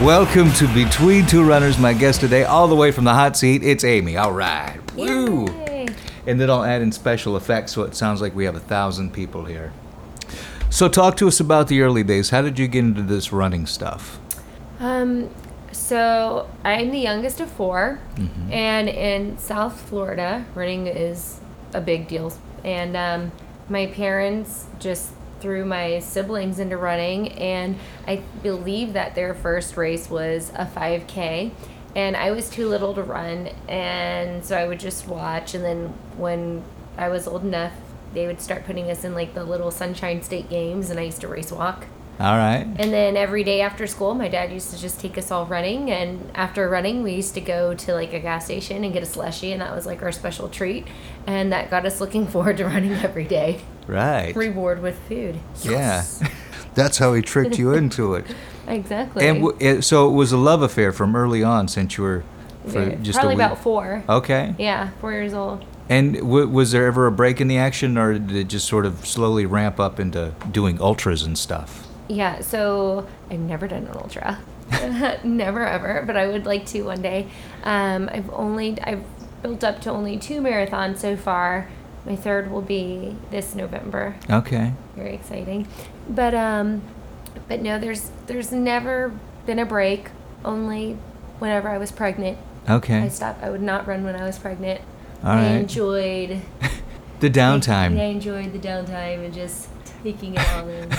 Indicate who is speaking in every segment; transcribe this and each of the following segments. Speaker 1: Welcome to Between Two Runners. My guest today, all the way from the hot seat, it's Amy. All right. Woo!
Speaker 2: Yay.
Speaker 1: And then I'll add in special effects so it sounds like we have a thousand people here. So, talk to us about the early days. How did you get into this running stuff?
Speaker 2: Um, so I'm the youngest of 4 and in South Florida, running is a big deal. And um, my parents just threw my siblings into running, and I believe that their first race was a 5K. And I was too little to run, and so I would just watch. And then when I was old enough, they would start putting us in like the little Sunshine State games, and I used to race walk.
Speaker 1: All right.
Speaker 2: And then every day after school, my dad used to just take us all running. And after running, we used to go to like a gas station and get a slushie, and that was like our special treat. And that got us looking forward to running every day.
Speaker 1: Right.
Speaker 2: Reward with food.
Speaker 1: Yeah. That's how he tricked you into it.
Speaker 2: Exactly.
Speaker 1: And w- it, so it was a love affair from early on since you were for
Speaker 2: Yeah,
Speaker 1: just a
Speaker 2: probably
Speaker 1: Oh. wee-
Speaker 2: about four.
Speaker 1: Okay.
Speaker 2: Yeah, four years old.
Speaker 1: And w- was there ever a break in the action, or did it just sort of slowly ramp up into doing ultras and stuff?
Speaker 2: Yeah, so I've never done an ultra. never ever, but I would like to one day. Um, I've only I've built up to only two marathons so far. My third will be this November.
Speaker 1: Okay.
Speaker 2: very exciting. But um, but no, there's there's never been a break. Only whenever I was pregnant, I
Speaker 1: Okay.
Speaker 2: stopped. I would not run when I was pregnant.
Speaker 1: All
Speaker 2: I
Speaker 1: right.
Speaker 2: enjoyed
Speaker 1: The
Speaker 2: I,
Speaker 1: downtime.
Speaker 2: enjoyed the downtime and just taking it all in.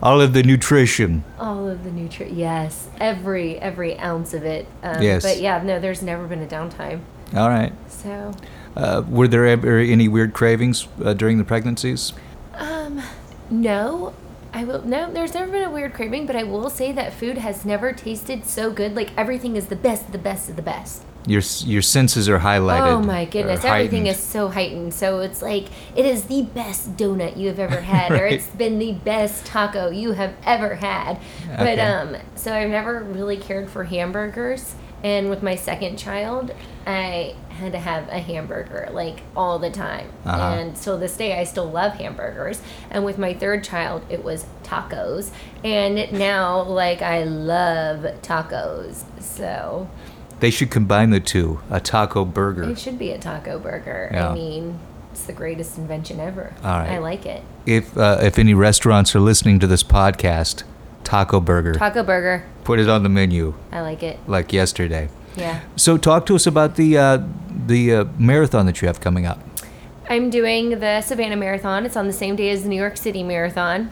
Speaker 1: All of the nutrition.
Speaker 2: all of the nutrition. Yes, every every ounce of it. Um,
Speaker 1: Yes.
Speaker 2: But yeah, no, there's never been a downtime.
Speaker 1: All right.
Speaker 2: So
Speaker 1: Uh, were there ever any weird cravings uh, during the pregnancies?
Speaker 2: Um, no. I will no. There's never been a weird craving, but I will say that food has never tasted so good. Like everything is the best, of the best of the best.
Speaker 1: Your s- your senses are highlighted.
Speaker 2: oh my
Speaker 1: or
Speaker 2: goodness, everything
Speaker 1: heightened.
Speaker 2: is so heightened. So it's like it is the best donut you have ever had, or
Speaker 1: Right.
Speaker 2: it's been the best taco you have ever had. But
Speaker 1: Okay.
Speaker 2: um, so I've never really cared for hamburgers, and with my second child, I had to have a hamburger like all the time,
Speaker 1: Uh-huh.
Speaker 2: and till this day I still love hamburgers. And with my third child, it was tacos, and now like I love tacos. So
Speaker 1: They should combine the two. A taco burger.
Speaker 2: it should be a taco burger.
Speaker 1: Yeah.
Speaker 2: I mean, it's the greatest invention ever.
Speaker 1: All right.
Speaker 2: I like it.
Speaker 1: if uh, if any restaurants are listening to this podcast, taco burger.
Speaker 2: Taco burger.
Speaker 1: Put it on the menu
Speaker 2: I like it.
Speaker 1: like yesterday.
Speaker 2: Yeah.
Speaker 1: So talk to us about the uh, the uh, marathon that you have coming up.
Speaker 2: I'm doing the Savannah Marathon. It's on the same day as the New York City Marathon.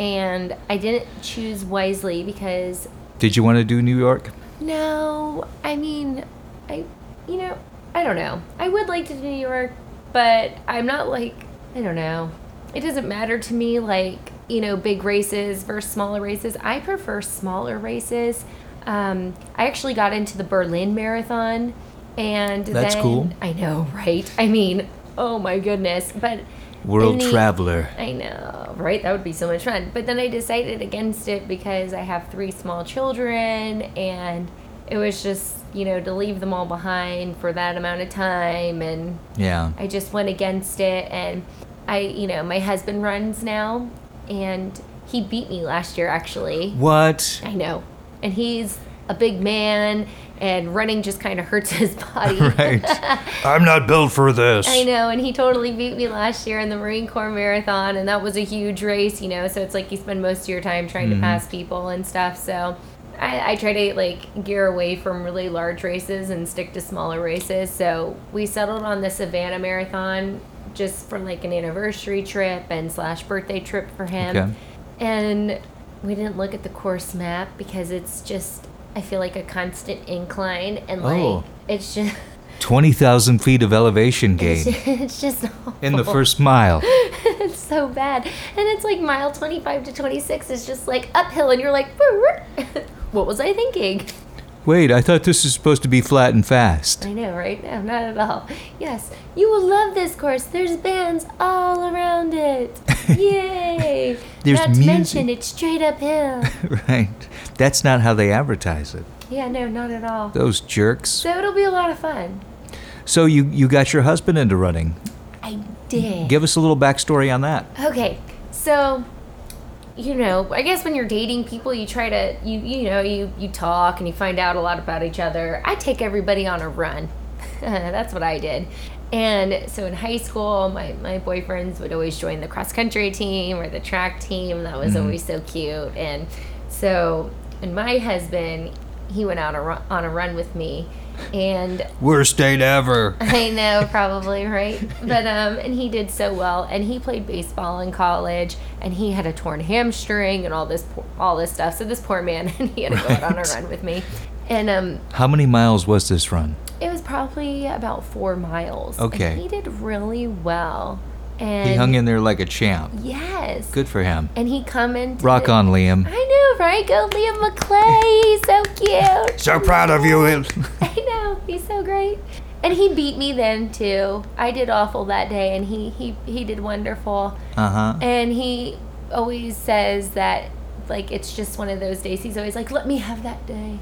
Speaker 2: And I didn't choose wisely because
Speaker 1: Did you want to do New York?
Speaker 2: No, I mean, I, you know, I don't know. I would like to do New York, but I'm not like, I don't know. It doesn't matter to me, like, you know, big races versus smaller races. I prefer smaller races. Um, I actually got into the Berlin Marathon, and
Speaker 1: That's
Speaker 2: then-
Speaker 1: cool.
Speaker 2: I know, right? I mean, oh my goodness, but
Speaker 1: World
Speaker 2: in the-
Speaker 1: traveler.
Speaker 2: I know, right? That would be so much fun. But then I decided against it because I have three small children and it was just, you know, to leave them all behind for that amount of time and
Speaker 1: Yeah.
Speaker 2: I just went against it and I, you know, my husband runs now and he beat me last year actually.
Speaker 1: What?
Speaker 2: I know. And he's a big man and running just kind of hurts his body.
Speaker 1: Right. I'm not built for this.
Speaker 2: I know, and he totally beat me last year in the Marine Corps Marathon, and that was a huge race, you know. So it's like you spend most of your time trying
Speaker 1: Mm-hmm.
Speaker 2: to pass people and stuff. So I, I try to like gear away from really large races and stick to smaller races. So we settled on the Savannah Marathon just for like an anniversary trip and slash birthday trip for him.
Speaker 1: Okay.
Speaker 2: And we didn't look at the course map because it's just I feel like a constant incline and like
Speaker 1: Oh.
Speaker 2: it's just
Speaker 1: Twenty thousand feet of elevation gain
Speaker 2: it's just awful.
Speaker 1: in the first mile.
Speaker 2: it's so bad. And it's like mile 25 to 26 is just like uphill, and you're like, "Brr, brr." what was I thinking?
Speaker 1: Wait, I thought this was supposed to be flat and fast.
Speaker 2: I know, right? No, not at all. Yes, you will love this course. There's bands all around it. Yay!
Speaker 1: There's
Speaker 2: not to
Speaker 1: music.
Speaker 2: mention, it's straight uphill.
Speaker 1: right. That's not how they advertise it.
Speaker 2: yeah, no, not at all.
Speaker 1: Those jerks.
Speaker 2: So it'll be a lot of fun.
Speaker 1: So you you got your husband into running.
Speaker 2: I did.
Speaker 1: Give us a little backstory on that.
Speaker 2: Okay, so you know, I guess when you're dating people, you try to you you know you you talk and you find out a lot about each other. I take everybody on a run. That's what I did. And so in high school, my, my boyfriends would always join the cross country team or the track team. That was always so cute. And so, and my husband, he went out a, ru- on a run with me. And
Speaker 1: Worst date ever.
Speaker 2: I know, probably right. But um, and he did so well, and he played baseball in college, and he had a torn hamstring and all this, po- all this stuff. So this poor man, and he had to go out on a
Speaker 1: Right.
Speaker 2: run with me, and um,
Speaker 1: How many miles was this run?
Speaker 2: it was probably about four miles.
Speaker 1: Okay.
Speaker 2: and he did really well, and
Speaker 1: He hung in there like a champ.
Speaker 2: Yes,
Speaker 1: Good for him.
Speaker 2: And he commented.
Speaker 1: Rock on, Liam.
Speaker 2: I know, right? Go, Liam McClay. So cute.
Speaker 1: So proud of you. Ian.
Speaker 2: I know he's so great, and he beat me then too. I did awful that day, and he he he did wonderful.
Speaker 1: Uh huh.
Speaker 2: And he always says that like it's just one of those days. He's always like, "Let me have that day."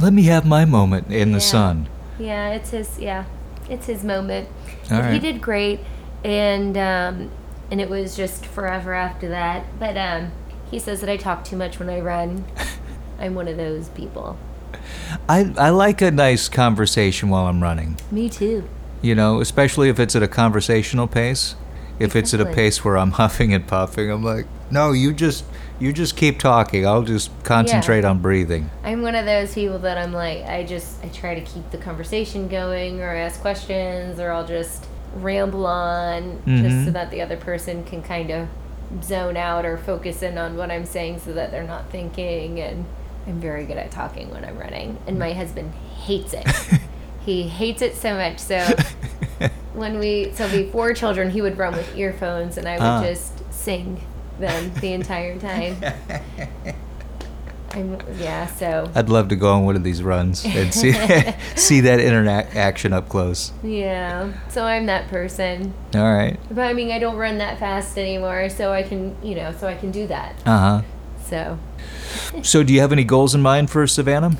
Speaker 1: Let me have my moment in the
Speaker 2: Yeah.
Speaker 1: sun.
Speaker 2: Yeah, it's his. Yeah, it's his moment.
Speaker 1: All
Speaker 2: But He
Speaker 1: right.
Speaker 2: did great, and um, and it was just forever after that. But um, he says that I talk too much when I run. I'm one of those people.
Speaker 1: I, I like a nice conversation while I'm running,
Speaker 2: Me too.
Speaker 1: you know, especially if it's at a conversational pace. If it's at a
Speaker 2: Exactly.
Speaker 1: pace where I'm huffing and puffing, I'm like, no, you just you just keep talking. I'll just concentrate on breathing.
Speaker 2: I'm one of those people that I'm like, I just, I try to keep the conversation going or ask questions or I'll just ramble on just so
Speaker 1: Mhm.
Speaker 2: that the other person can kind of zone out or focus in on what I'm saying so that they're not thinking. And I'm very good at talking when I'm running. And my husband hates it. he hates it so much. So when we, so before children, he would run with earphones and I would
Speaker 1: Ah.
Speaker 2: just sing them the entire time. I'm, yeah, so.
Speaker 1: I'd love to go on one of these runs and see see that internet action up close.
Speaker 2: Yeah, so I'm that person.
Speaker 1: All right.
Speaker 2: But I mean, I don't run that fast anymore, so I can, you know, so I can do that.
Speaker 1: Uh
Speaker 2: So,
Speaker 1: huh. So, do you have any goals in mind for Savannah?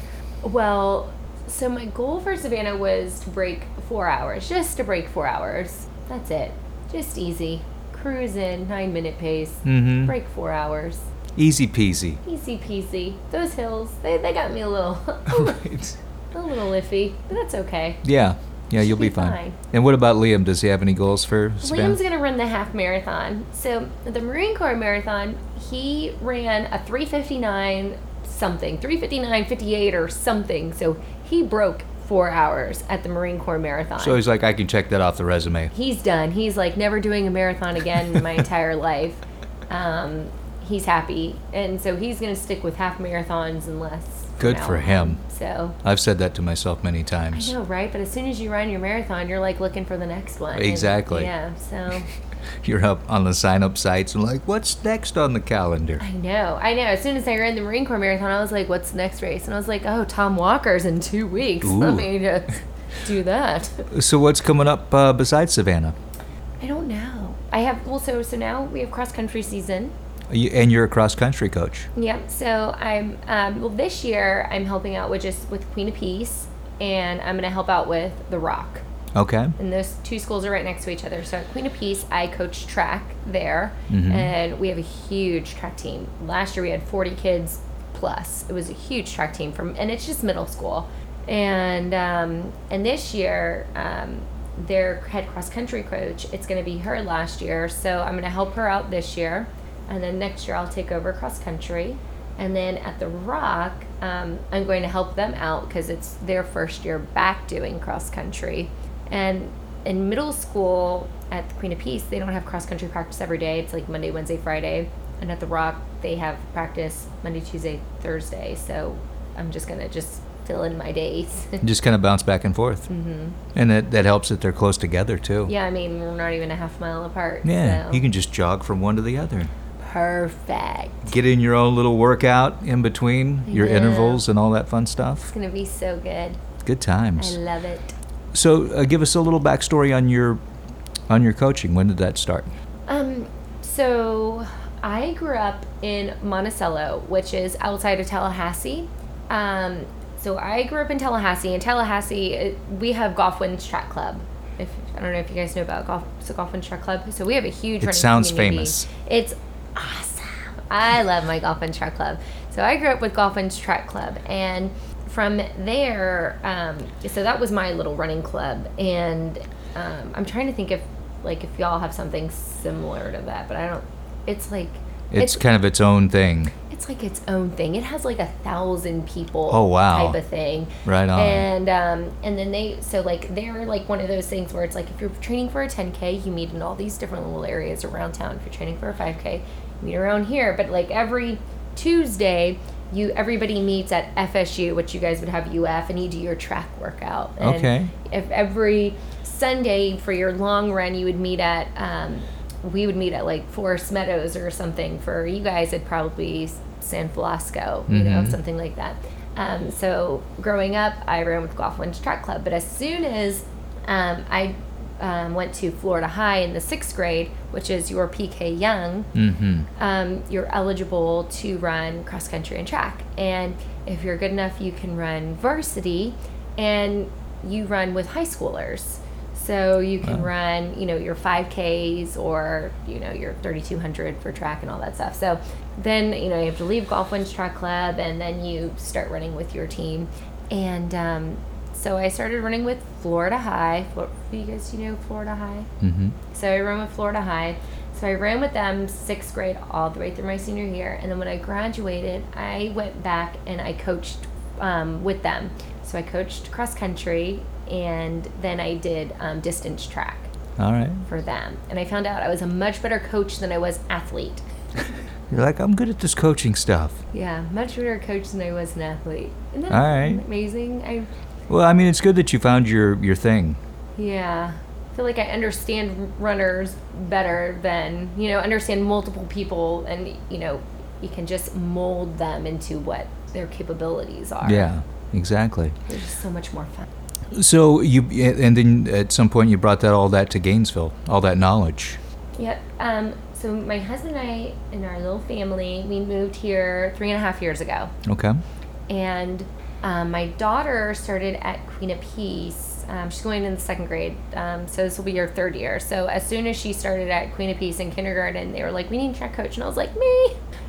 Speaker 2: well, so my goal for Savannah was to break four hours, just to break four hours. That's it. Just easy. Cruise in, nine minute pace,
Speaker 1: Mm-hmm.
Speaker 2: break four hours.
Speaker 1: Easy peasy.
Speaker 2: Easy peasy. Those hills, they, they got me a little,
Speaker 1: Right.
Speaker 2: a little iffy, but that's okay.
Speaker 1: Yeah. Yeah, you'll
Speaker 2: Should
Speaker 1: be,
Speaker 2: be
Speaker 1: fine.
Speaker 2: fine.
Speaker 1: And what about Liam? Does he have any goals for Savannah?
Speaker 2: Liam's gonna run the half marathon. So the Marine Corps marathon, he ran a 3:59 something, 3:59:58 or something. So he broke four hours at the Marine Corps marathon.
Speaker 1: so he's like, I can check that off the resume.
Speaker 2: he's done. He's like never doing a marathon again in my entire life. Um, he's happy, and so he's gonna stick with half marathons unless. from
Speaker 1: Good
Speaker 2: now
Speaker 1: for
Speaker 2: on.
Speaker 1: him.
Speaker 2: So.
Speaker 1: I've said that to myself many
Speaker 2: I
Speaker 1: times.
Speaker 2: know, right? But as soon as you run your marathon, you're like looking for the next one. and-
Speaker 1: Exactly.
Speaker 2: yeah. So.
Speaker 1: You're up on the sign up sites and like, what's next on the calendar?
Speaker 2: I know, I know. As soon as I ran the Marine Corps Marathon, I was like, "What's the next race?" And I was like, "Oh, Tom Walker's in two weeks. Let
Speaker 1: Ooh.
Speaker 2: me just do that."
Speaker 1: So, what's coming up uh, besides Savannah?
Speaker 2: I don't know. I have well, so so now we have cross country season.
Speaker 1: You, and you're a cross country coach.
Speaker 2: Yep. So I'm um, well this year. I'm helping out with just with Queen of Peace, and I'm gonna help out with The Rock.
Speaker 1: Okay.
Speaker 2: and those two schools are right next to each other. So at Queen of Peace, I coach track there,
Speaker 1: Mhm.
Speaker 2: and we have a huge track team. Last year we had 40 kids plus. It was a huge track team from, and it's just middle school. And um, and this year, um, their head cross country coach, it's going to be her last year. So I'm going to help her out this year, and then next year I'll take over cross country. And then at The Rock, um, I'm going to help them out because it's their first year back doing cross country. And in middle school at the Queen of Peace, they don't have cross country practice every day. It's like Monday, Wednesday, Friday. And at The Rock, they have practice Monday, Tuesday, Thursday. So I'm just going to just fill in my days.
Speaker 1: Just kind of bounce back and forth.
Speaker 2: hmm
Speaker 1: And that, that helps that they're close together, too.
Speaker 2: Yeah, I mean, we're not even a half mile apart.
Speaker 1: Yeah.
Speaker 2: so.
Speaker 1: You can just jog from one to the other.
Speaker 2: Perfect.
Speaker 1: Get in your own little workout in between your
Speaker 2: Yeah.
Speaker 1: intervals and all that fun
Speaker 2: It's
Speaker 1: stuff.
Speaker 2: going to be so good.
Speaker 1: Good
Speaker 2: I
Speaker 1: times.
Speaker 2: love it.
Speaker 1: So, uh, give us a little backstory on your on your coaching. When did that start?
Speaker 2: Um, so I grew up in Monticello, which is outside of Tallahassee. Um, so I grew up in Tallahassee. In Tallahassee, it, we have Goffwin's Track Club. If I don't know if you guys know about Goff, so Goffwin's Track Club. So we have a huge.
Speaker 1: It
Speaker 2: running
Speaker 1: sounds
Speaker 2: community.
Speaker 1: famous.
Speaker 2: It's awesome. I love my golf and track club. So I grew up with golf and track club, and from there, um, so that was my little running club. And um, I'm trying to think if like if y'all have something similar to that, but I don't. It's like
Speaker 1: It's kind of its own thing.
Speaker 2: it's like its own thing. It has like a thousand people.
Speaker 1: Oh, wow.
Speaker 2: Type of thing.
Speaker 1: Right on.
Speaker 2: And um, and then they so like they're like one of those things where it's like if you're training for a 10k, you meet in all these different little areas around town. If you're training for a 5k, you meet around here. But like every Tuesday, you everybody meets at FSU, which you guys would have UF, and you do your track workout. And
Speaker 1: Okay.
Speaker 2: If every Sunday for your long run, you would meet at. Um, we would meet at like Forest Meadows or something for you guys. It'd probably be San Velasco, you know,
Speaker 1: Mhm.
Speaker 2: something like that. Um, so growing up, I ran with Golf Winch Track Club, but as soon as um, I um, went to Florida High in the sixth grade, which is your PK Young,
Speaker 1: Mm-hmm.
Speaker 2: um, you're eligible to run cross country and track. And if you're good enough, you can run varsity and you run with high schoolers. So you can
Speaker 1: Wow.
Speaker 2: run, you know, your 5Ks or, you know, your 3200 for track and all that stuff. So then, you know, you have to leave Golf Wins Track Club and then you start running with your team. And um, so I started running with Florida High. Flo- Do you guys, do you know Florida High?
Speaker 1: Mm-hmm.
Speaker 2: So I ran with Florida High. So I ran with them sixth grade all the way through my senior year. And then when I graduated, I went back and I coached um, with them. So I coached cross country and then I did um, distance track
Speaker 1: All right.
Speaker 2: for them. And I found out I was a much better coach than I was athlete.
Speaker 1: You're like, I'm good at this coaching stuff.
Speaker 2: Yeah, much better coach than I was an athlete. Isn't that
Speaker 1: All right.
Speaker 2: amazing? I,
Speaker 1: Well, I mean, it's good that you found your your thing.
Speaker 2: Yeah. I feel like I understand runners better than, you know, understand multiple people and, you know, you can just mold them into what their capabilities are.
Speaker 1: Yeah, exactly.
Speaker 2: They're just so much more fun.
Speaker 1: So you and then at some point you brought that all that to Gainesville, all that knowledge.
Speaker 2: Yep. Um, so my husband and I and our little family, we moved here three and a half years ago.
Speaker 1: Okay.
Speaker 2: and um, my daughter started at Queen of Peace. Um, she's going in the second grade, um, so this will be her third year. So as soon as she started at Queen of Peace in kindergarten, they were like, "We need a track coach," and I was like, "Me?"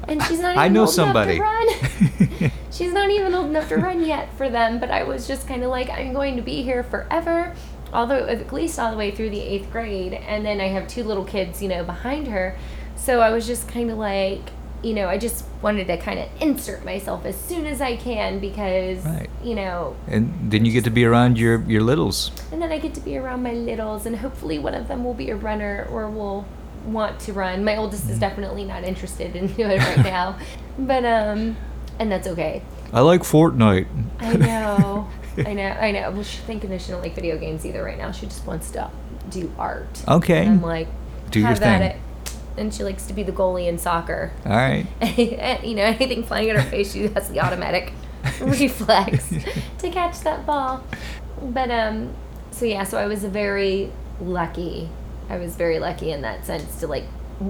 Speaker 2: And she's not. Even
Speaker 1: I know
Speaker 2: old enough
Speaker 1: somebody.
Speaker 2: To run. she's not even old enough to run yet for them. But I was just kind of like, "I'm going to be here forever." Although at least all the way through the eighth grade, and then I have two little kids, you know, behind her. So I was just kind of like, you know, I just wanted to kind of insert myself as soon as I can because,
Speaker 1: Right.
Speaker 2: you know,
Speaker 1: and then you get to be around your your littles.
Speaker 2: and then I get to be around my littles, and hopefully one of them will be a runner or will want to run. My oldest is definitely not interested in doing it right now, but um, and that's okay.
Speaker 1: I like Fortnite.
Speaker 2: I know, I know, I know. Well, she's thinking that she don't like video games either right now. She just wants to do art.
Speaker 1: Okay.
Speaker 2: And I'm like,
Speaker 1: Do your
Speaker 2: have at
Speaker 1: thing.
Speaker 2: it. And she likes to be the goalie in soccer.
Speaker 1: all right.
Speaker 2: you know, anything flying at her face, she has the automatic reflex to catch that ball. But um, so yeah, so I was very lucky. I was very lucky in that sense to like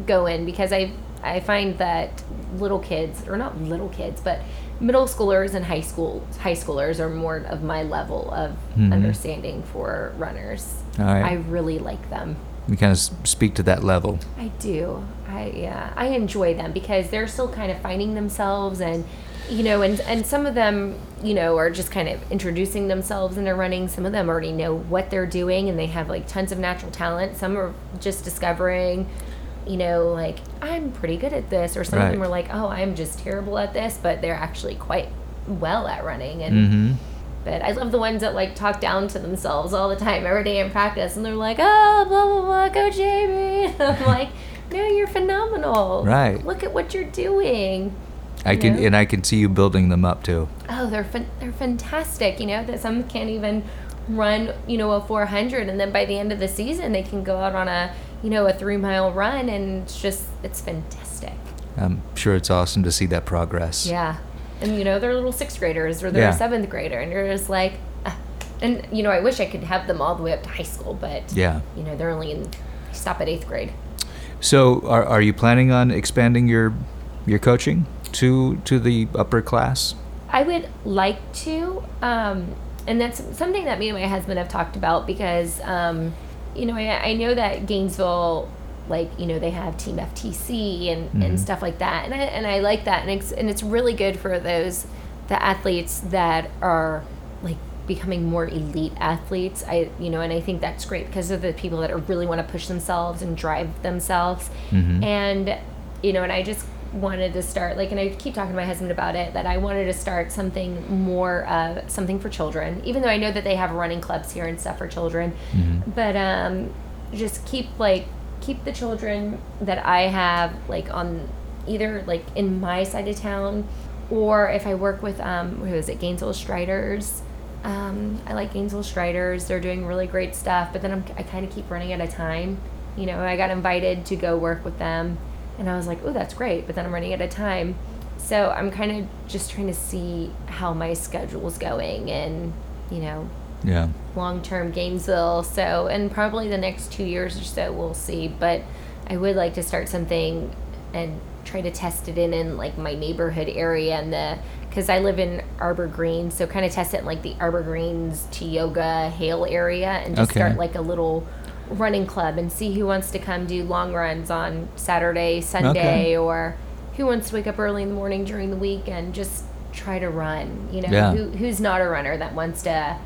Speaker 2: go in because I I find that little kids or not little kids, but middle schoolers and high school high schoolers are more of my level of
Speaker 1: Mhm.
Speaker 2: understanding for runners.
Speaker 1: All right.
Speaker 2: I really like them.
Speaker 1: You kind of speak to that level.
Speaker 2: I do. I yeah, I enjoy them because they're still kind of finding themselves and you know and and some of them, you know, are just kind of introducing themselves and they're running. Some of them already know what they're doing and they have like tons of natural talent. Some are just discovering you know, like I'm pretty good at this, or some of them
Speaker 1: Right.
Speaker 2: are like, "Oh, I'm just terrible at this," but they're actually quite well at running. And
Speaker 1: Mm-hmm.
Speaker 2: but I love the ones that like talk down to themselves all the time, every day in practice, and they're like, "Oh, blah blah blah, go Jamie." And I'm like, "No, you're phenomenal.
Speaker 1: Right.
Speaker 2: Look at what you're doing.
Speaker 1: I can
Speaker 2: Yeah.
Speaker 1: and I can see you building them up too.
Speaker 2: Oh, they're fan- they're fantastic. You know that some can't even run, you know, a 400, and then by the end of the season, they can go out on a, you know, a three mile run, and it's just it's fantastic.
Speaker 1: I'm sure it's awesome to see that progress.
Speaker 2: Yeah. And you know, they're little sixth graders or they're
Speaker 1: Yeah.
Speaker 2: a seventh grader, and you're just like, ah. and you know, I wish I could have them all the way up to high school, but
Speaker 1: Yeah.
Speaker 2: you know, they're only in stop at eighth grade.
Speaker 1: So are are you planning on expanding your your coaching to to the upper class?
Speaker 2: I would like to, um, and that's something that me and my husband have talked about because, um, you know, I, I know that Gainesville like you know they have Team FTC and, and stuff like that, and I and I like that, and it's and it's really good for those the athletes that are like becoming more elite athletes. I you know, and I think that's great because of the people that are, really want to push themselves and drive themselves, and you know, and I just wanted to start like and I keep talking to my husband about it that I wanted to start something more uh, something for children even though I know that they have running clubs here and stuff for children but um just keep like keep the children that I have like on either like in my side of town or if I work with um who is it Gainesville Striders um, I like Gainesville Striders. They're doing really great stuff, but then I'm, I kind of keep running out of time. You know, I got invited to go work with them, and I was like, oh, that's great, but then I'm running out of time. So I'm kind of just trying to see how my schedule's going and, you know,
Speaker 1: Yeah.
Speaker 2: long term Gainesville. So, and probably the next two years or so, we'll see. But I would like to start something and try to test it in in like my neighborhood area and the because I live in Arbor Green, so kind of test it in like the Arbor Greens to Yoga Hale area and just
Speaker 1: Okay.
Speaker 2: start like a little running club and see who wants to come do long runs on Saturday, Sunday, or who wants to wake up early in the morning during the week and just try to run. You know,
Speaker 1: Yeah.
Speaker 2: who, who's not a runner that wants to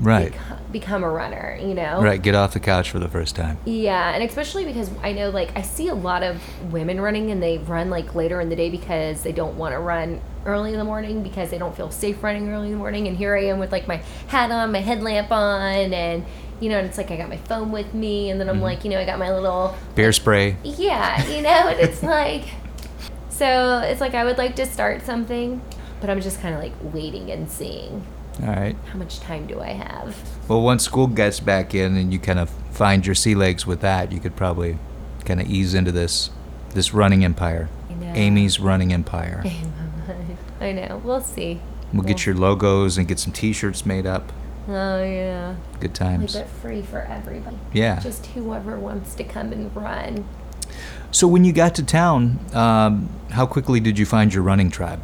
Speaker 1: Right.
Speaker 2: beco- become a runner, you know?
Speaker 1: Right. Get off the couch for the first time.
Speaker 2: Yeah, and especially because I know, like, I see a lot of women running and they run, like, later in the day because they don't want to run early in the morning because they don't feel safe running early in the morning. And here I am with, like, my hat on, my headlamp on, and, you know, and it's like I got my phone with me, and then I'm like, you know, I got my little
Speaker 1: Mm-hmm. Beer spray.
Speaker 2: yeah, you know, and it's like, so it's like I would like to start something, but I'm just kind of like waiting and seeing
Speaker 1: All right.
Speaker 2: how much time do I have.
Speaker 1: Well, once school gets back in and you kind of find your sea legs with that, you could probably kind of ease into this this running empire.
Speaker 2: I know.
Speaker 1: Amy's running empire.
Speaker 2: I know. We'll see.
Speaker 1: We'll get your logos and get some T-shirts made up.
Speaker 2: Oh yeah.
Speaker 1: Good
Speaker 2: Like
Speaker 1: times.
Speaker 2: it free for everybody.
Speaker 1: Yeah.
Speaker 2: Just whoever wants to come and run.
Speaker 1: So when you got to town, um, how quickly did you find your running tribe?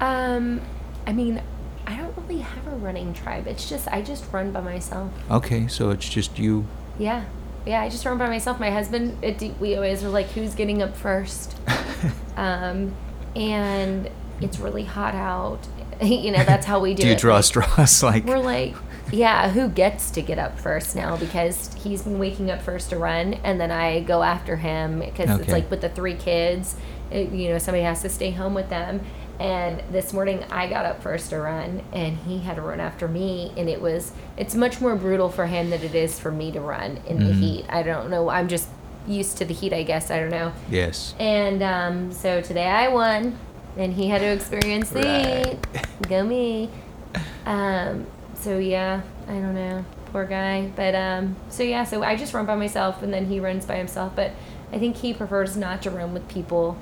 Speaker 2: Um, I mean, I don't really have a running tribe. It's just I just run by myself.
Speaker 1: Okay, so it's just you.
Speaker 2: Yeah. Yeah, I just run by myself. My husband, it, we always were like, who's getting up first? um, and it's really hot out. you know, that's how we do,
Speaker 1: Do
Speaker 2: it.
Speaker 1: you draw
Speaker 2: Like,
Speaker 1: straws? Like
Speaker 2: We're like, yeah, who gets to get up first now? Because he's been waking up first to run, and then I go after him because it's
Speaker 1: Okay.
Speaker 2: like with the three kids, it, you know, somebody has to stay home with them. And this morning I got up first to run, and he had to run after me, and it was it's much more brutal for him than it is for me to run in the
Speaker 1: Mm-hmm.
Speaker 2: heat. I don't know. I'm just used to the heat, I guess. I don't know.
Speaker 1: yes.
Speaker 2: And um, so today I won, and he had to experience the
Speaker 1: Right.
Speaker 2: heat. Go me. Um, so yeah, I don't know, poor guy. But um, so yeah, so I just run by myself, and then he runs by himself. But I think he prefers not to run with people.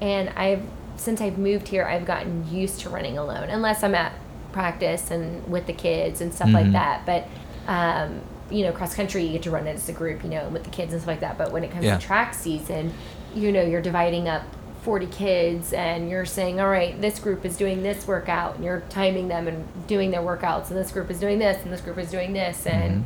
Speaker 2: And I've since I've moved here, I've gotten used to running alone, unless I'm at practice and with the kids and stuff like
Speaker 1: Mhm.
Speaker 2: that. But um, you know, cross country, you get to run as a group, you know, with the kids and stuff like that. But when it comes
Speaker 1: Yeah.
Speaker 2: to track season, you know, you're dividing up 40 kids and you're saying, all right, this group is doing this workout and you're timing them and doing their workouts, and this group is doing this and this group is doing this. And,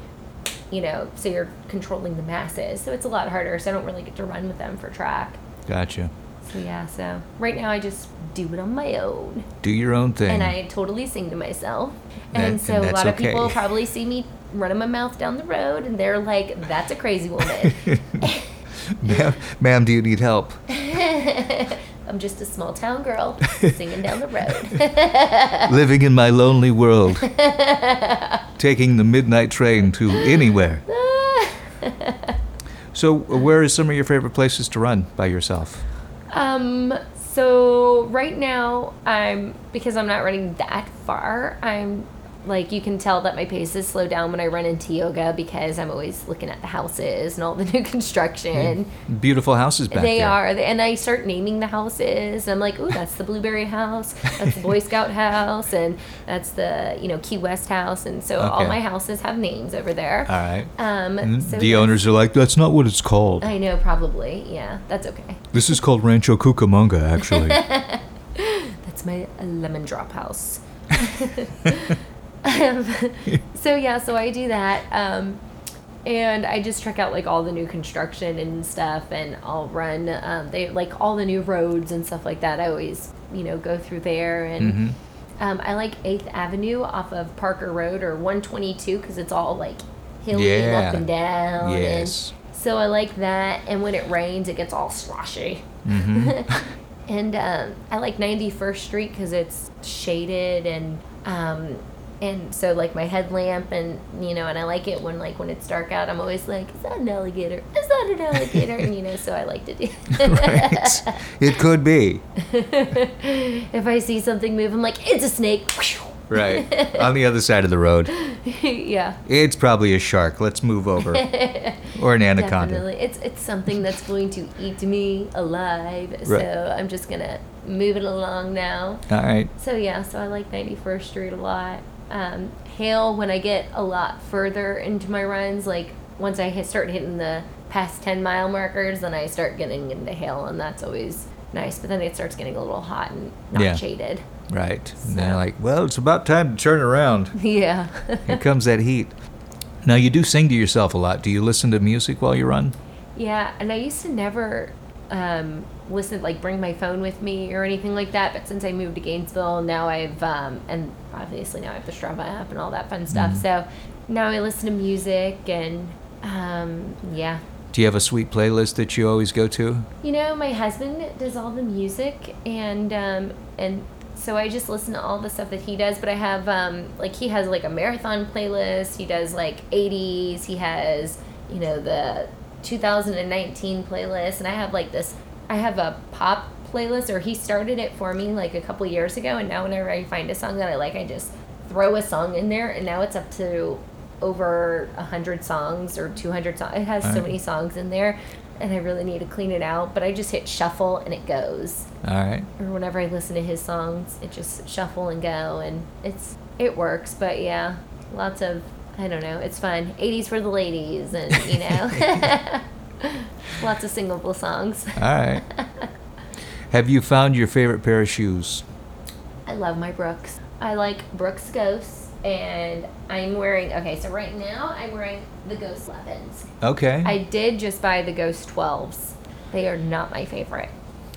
Speaker 2: you know, so you're controlling the masses. So it's a lot harder. So I don't really get to run with them for track.
Speaker 1: Gotcha.
Speaker 2: So yeah, so right now I just do it on my own
Speaker 1: Do your own thing.
Speaker 2: and I totally sing to myself.
Speaker 1: That-
Speaker 2: And
Speaker 1: and
Speaker 2: so a
Speaker 1: that's
Speaker 2: lot of
Speaker 1: okay.
Speaker 2: people probably see me running my mouth down the road and they're like, that's a crazy woman.
Speaker 1: ma'am, ma'am, do you need help?
Speaker 2: I'm just a small town girl singing down the road.
Speaker 1: Living in my lonely world. Taking the midnight train to anywhere. So, uh, where is some of your favorite places to run by yourself?
Speaker 2: um, so right now I'm because I'm not running that far, I'm like you can tell that my pace is slowed down when I run into yoga because I'm always looking at the houses and all the new
Speaker 1: Mm-hmm.
Speaker 2: construction.
Speaker 1: Beautiful houses back
Speaker 2: they
Speaker 1: there.
Speaker 2: are They- and i start naming the houses i'm like oh that's the blueberry house that's the boy scout house and that's the you know key west house and so all
Speaker 1: Okay.
Speaker 2: my houses have names over there
Speaker 1: All right.
Speaker 2: um
Speaker 1: And
Speaker 2: so
Speaker 1: the
Speaker 2: yes,
Speaker 1: owners are like, that's not what it's called.
Speaker 2: i know probably yeah that's okay
Speaker 1: This is called Rancho Cucamonga, actually.
Speaker 2: that's my lemon drop house Um, so yeah so i do that um and I just check out like all the new construction and stuff, and I'll run um, they like all the new roads and stuff like that. I always you know go through there, and
Speaker 1: Mhm.
Speaker 2: um, I like Eighth Avenue off of Parker Road or one twenty two because it's all like hilly and
Speaker 1: Yeah.
Speaker 2: up and
Speaker 1: Oh,
Speaker 2: down. and-
Speaker 1: Yes.
Speaker 2: so I like that, and when it rains, it gets all sloshy.
Speaker 1: Mm-hmm.
Speaker 2: and um, I like 91st Street because it's shaded and um, and so like my headlamp and you know, and I like it when like when it's dark out. I'm always like, is that an alligator? Is that an alligator? and you know, so I like to do.
Speaker 1: right. It could be.
Speaker 2: if I see something move, I'm like, it's a snake.
Speaker 1: Right. On the other side of the road.
Speaker 2: yeah.
Speaker 1: It's probably a shark. Let's move over. or an anaconda.
Speaker 2: Definitely. It's it's something that's going to eat me alive.
Speaker 1: Right.
Speaker 2: So I'm just gonna move it along now.
Speaker 1: All right.
Speaker 2: So yeah, so I like 91st Street a lot. Um, Hale, when I get a lot further into my runs, like once I hit- start hitting the past 10 mile markers, then I start getting into Hale, and that's always nice. But then it starts getting a little hot and not
Speaker 1: Yeah.
Speaker 2: shaded.
Speaker 1: Right. And they're
Speaker 2: So-
Speaker 1: like, well, it's about time to turn around.
Speaker 2: Yeah.
Speaker 1: Here comes that heat. Now, you do sing to yourself a lot. Do you listen to music while you run?
Speaker 2: Yeah, and I used to never um, listen, like bring my phone with me or anything like that. But since I moved to Gainesville, now I've um, and obviously now I have the Strava app and all that fun stuff. So now I listen to music and um, yeah,
Speaker 1: Do you have a sweet playlist that you always go to?
Speaker 2: you know, my husband does all the music, and um, and so I just listen to all the stuff that he does. But I have um, like he has like a marathon playlist. He does like '80s. He has you know the 2019 playlist, and I have like this. I have a pop playlist, or he started it for me like a couple years ago. And now whenever I find a song that I like, I just throw a song in there, and now it's up to over 100 songs or 200 songs. It has so
Speaker 1: Alright.
Speaker 2: many songs in there and I really need to clean it out, but I just hit shuffle and it goes.
Speaker 1: All right.
Speaker 2: Or whenever I listen to his songs, it just shuffle and go and it's it works, but yeah, lots of I don't know, it's fun. 80s for the ladies and you know. lots of singable songs.
Speaker 1: All right. have you found your favorite pair of shoes?
Speaker 2: I love my Brooks. I like Brooks Ghosts and I'm wearing okay, so right now I'm wearing the Ghost 11s.
Speaker 1: Okay.
Speaker 2: I did just buy the Ghost 12s. They are not my favorite.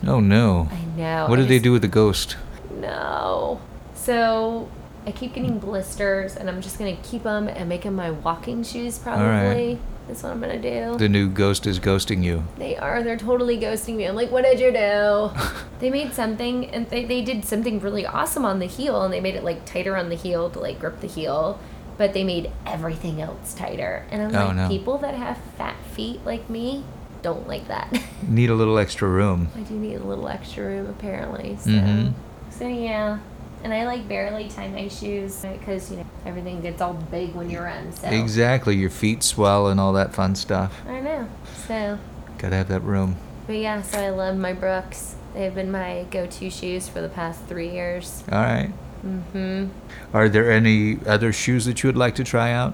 Speaker 1: oh, no.
Speaker 2: I know.
Speaker 1: What
Speaker 2: I
Speaker 1: did they
Speaker 2: just-
Speaker 1: do with the ghost?
Speaker 2: No. So I keep getting blisters, and I'm just gonna keep them and make them my walking shoes. Probably that's what I'm gonna do.
Speaker 1: The new ghost is ghosting you.
Speaker 2: they are. They're totally ghosting me. I'm like, what did you do? they made something, and they they did something really awesome on the heel, and they made it like tighter on the heel to like grip the heel. But they made everything else tighter, and I'm
Speaker 1: Oh,
Speaker 2: like,
Speaker 1: no.
Speaker 2: people that have fat feet like me don't like that.
Speaker 1: Need a little extra room.
Speaker 2: I do need a little extra room apparently. So,
Speaker 1: Mhm.
Speaker 2: so yeah. And I like barely tie my shoes because you know everything gets all big when you run. So
Speaker 1: Exactly. Your feet swell and all that fun stuff.
Speaker 2: I know. So,
Speaker 1: Gotta have that room.
Speaker 2: but yeah. So I love my Brooks. They've been my go-to shoes for the past three years.
Speaker 1: All right.
Speaker 2: Mm-hmm.
Speaker 1: Are there any other shoes that you would like to try out?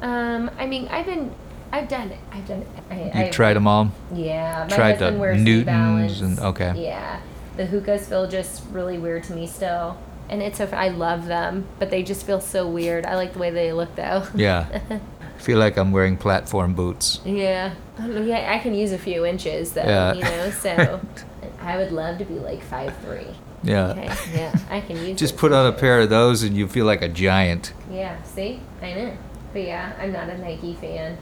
Speaker 2: Um, I mean, I've been, I've done it. I've done it. I,
Speaker 1: You've
Speaker 2: I,
Speaker 1: tried them all?
Speaker 2: Yeah, my
Speaker 1: Tried the
Speaker 2: husband wears New
Speaker 1: Newtons
Speaker 2: Balance.
Speaker 1: and- okay.
Speaker 2: Yeah, the hookahs feel just really weird to me still, and it's so f- I love them, but they just feel so weird. I like the way they look though.
Speaker 1: Yeah. I feel like I'm wearing platform boots.
Speaker 2: yeah. I don't know, yeah, I can use a few inches though.
Speaker 1: Yeah.
Speaker 2: You know, so I would love to be like five three.
Speaker 1: Yeah.
Speaker 2: Okay. Yeah, I can use.
Speaker 1: Uh, Just
Speaker 2: those
Speaker 1: put on a
Speaker 2: inches.
Speaker 1: pair of those and you feel like a giant.
Speaker 2: Yeah. See, I know. But yeah, I'm not a Nike fan.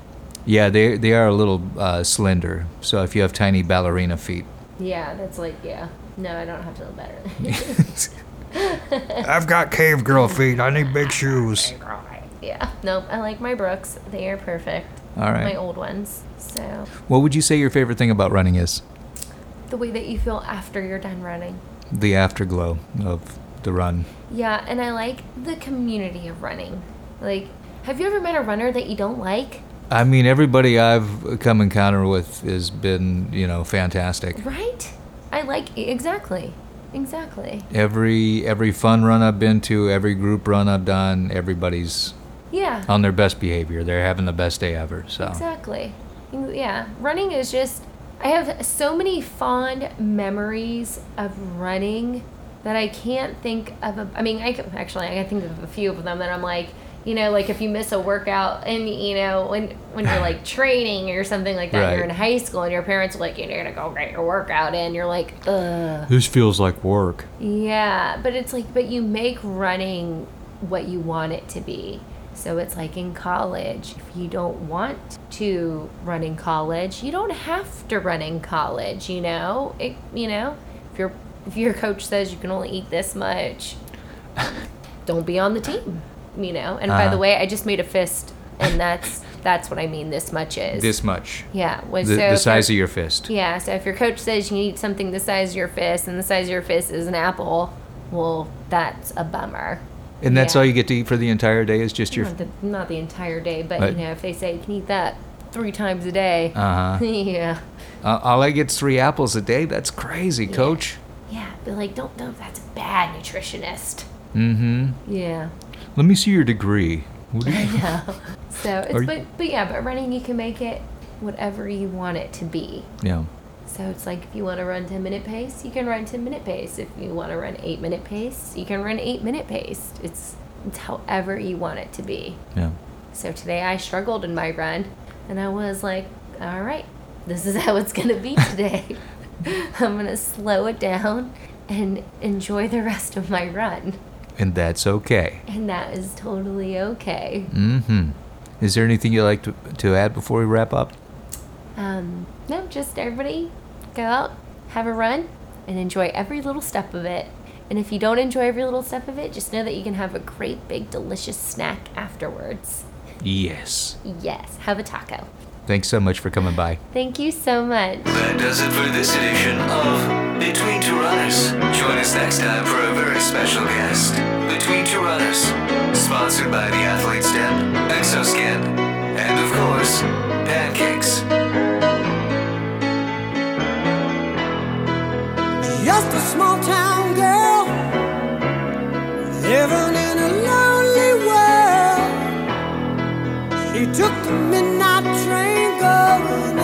Speaker 1: Yeah, they, they are a little uh, slender. So if you have tiny ballerina feet,
Speaker 2: Yeah, that's like yeah. No, I don't have to know better.
Speaker 1: I've got cave girl feet. I need big shoes.
Speaker 2: yeah. Nope. I like my Brooks. They are perfect.
Speaker 1: All
Speaker 2: my
Speaker 1: right.
Speaker 2: old ones. So
Speaker 1: What would you say your favorite thing about running is?
Speaker 2: the way that you feel after you're done running.
Speaker 1: The afterglow of the run.
Speaker 2: Yeah, and I like the community of running. Like, have you ever met a runner that you don't like?
Speaker 1: I mean, everybody I've come encounter with has been, you know, fantastic.
Speaker 2: Right? I like exactly. Exactly.
Speaker 1: Every every fun run I've been to, every group run I've done, everybody's
Speaker 2: Yeah.
Speaker 1: on their best behavior. They're having the best day ever. So
Speaker 2: Exactly. Yeah. Running is just, I have so many fond memories of running that I can't think of. A, I mean, I can, actually, I can think of a few of them that I'm like, you know, like if you miss a workout and you know, when when you're like training or something like that, you're
Speaker 1: Right.
Speaker 2: in high school and your parents are like, you're gonna go get your workout in, you're like, ugh.
Speaker 3: This feels like work.
Speaker 2: Yeah, but it's like, but you make running what you want it to be. So it's like in college, if you don't want to run in college, you don't have to run in college. You know, it. You know, if your if your coach says you can only eat this much, don't be on the team. You know. And by
Speaker 1: Uh-huh.
Speaker 2: the way, I just made a fist, and that's that's what I mean. This much is
Speaker 1: This much.
Speaker 2: Yeah.
Speaker 1: The,
Speaker 2: was
Speaker 1: the size of your fist.
Speaker 2: yeah, so if your coach says you need something the size of your fist and the size of your fist is an apple, well, that's a bummer.
Speaker 1: And that's
Speaker 2: Yeah.
Speaker 1: all you get to eat for the entire day is just your.
Speaker 2: Not the, not the entire day, but
Speaker 1: Right.
Speaker 2: you know, if they say you can eat that three times a day,
Speaker 1: Uh-huh.
Speaker 2: yeah,
Speaker 1: Uh, all I get's three apples a day. That's crazy,
Speaker 2: Yeah.
Speaker 1: Coach.
Speaker 2: yeah, but like, don't know if that's a bad nutritionist.
Speaker 1: Mm-hmm.
Speaker 2: Yeah,
Speaker 1: Let me see your degree. What do you-
Speaker 2: yeah. So
Speaker 1: Are
Speaker 2: it's
Speaker 1: you-
Speaker 2: but but yeah, but running you can make it whatever you want it to be.
Speaker 1: yeah.
Speaker 2: So it's like if you want to run 10 minute pace, you can run 10 minute pace. If you want to run 8 minute pace, you can run 8 minute pace. It's, it's however you want it to be.
Speaker 1: Yeah.
Speaker 2: So today I struggled in my run and I was like, all right, this is how it's going to be today. I'm going to slow it down and enjoy the rest of my run.
Speaker 1: And that's okay.
Speaker 2: And that is totally okay.
Speaker 1: Mm-hmm. Is there anything you'd like to, to add before we wrap up?
Speaker 2: Um, no, just everybody go out, have a run, and enjoy every little step of it. And if you don't enjoy every little step of it, just know that you can have a great, big, delicious snack afterwards.
Speaker 1: Yes.
Speaker 2: Yes, have a taco.
Speaker 1: Thanks so much for coming by.
Speaker 2: Thank you so much.
Speaker 4: That does it for this edition of Between Two Runners. Join us next time for a very special guest. Between Two Runners, sponsored by the Athlete Step, Exoskin, and of course, Pancakes.
Speaker 5: Just a small town girl living in a lonely world. She took the midnight train going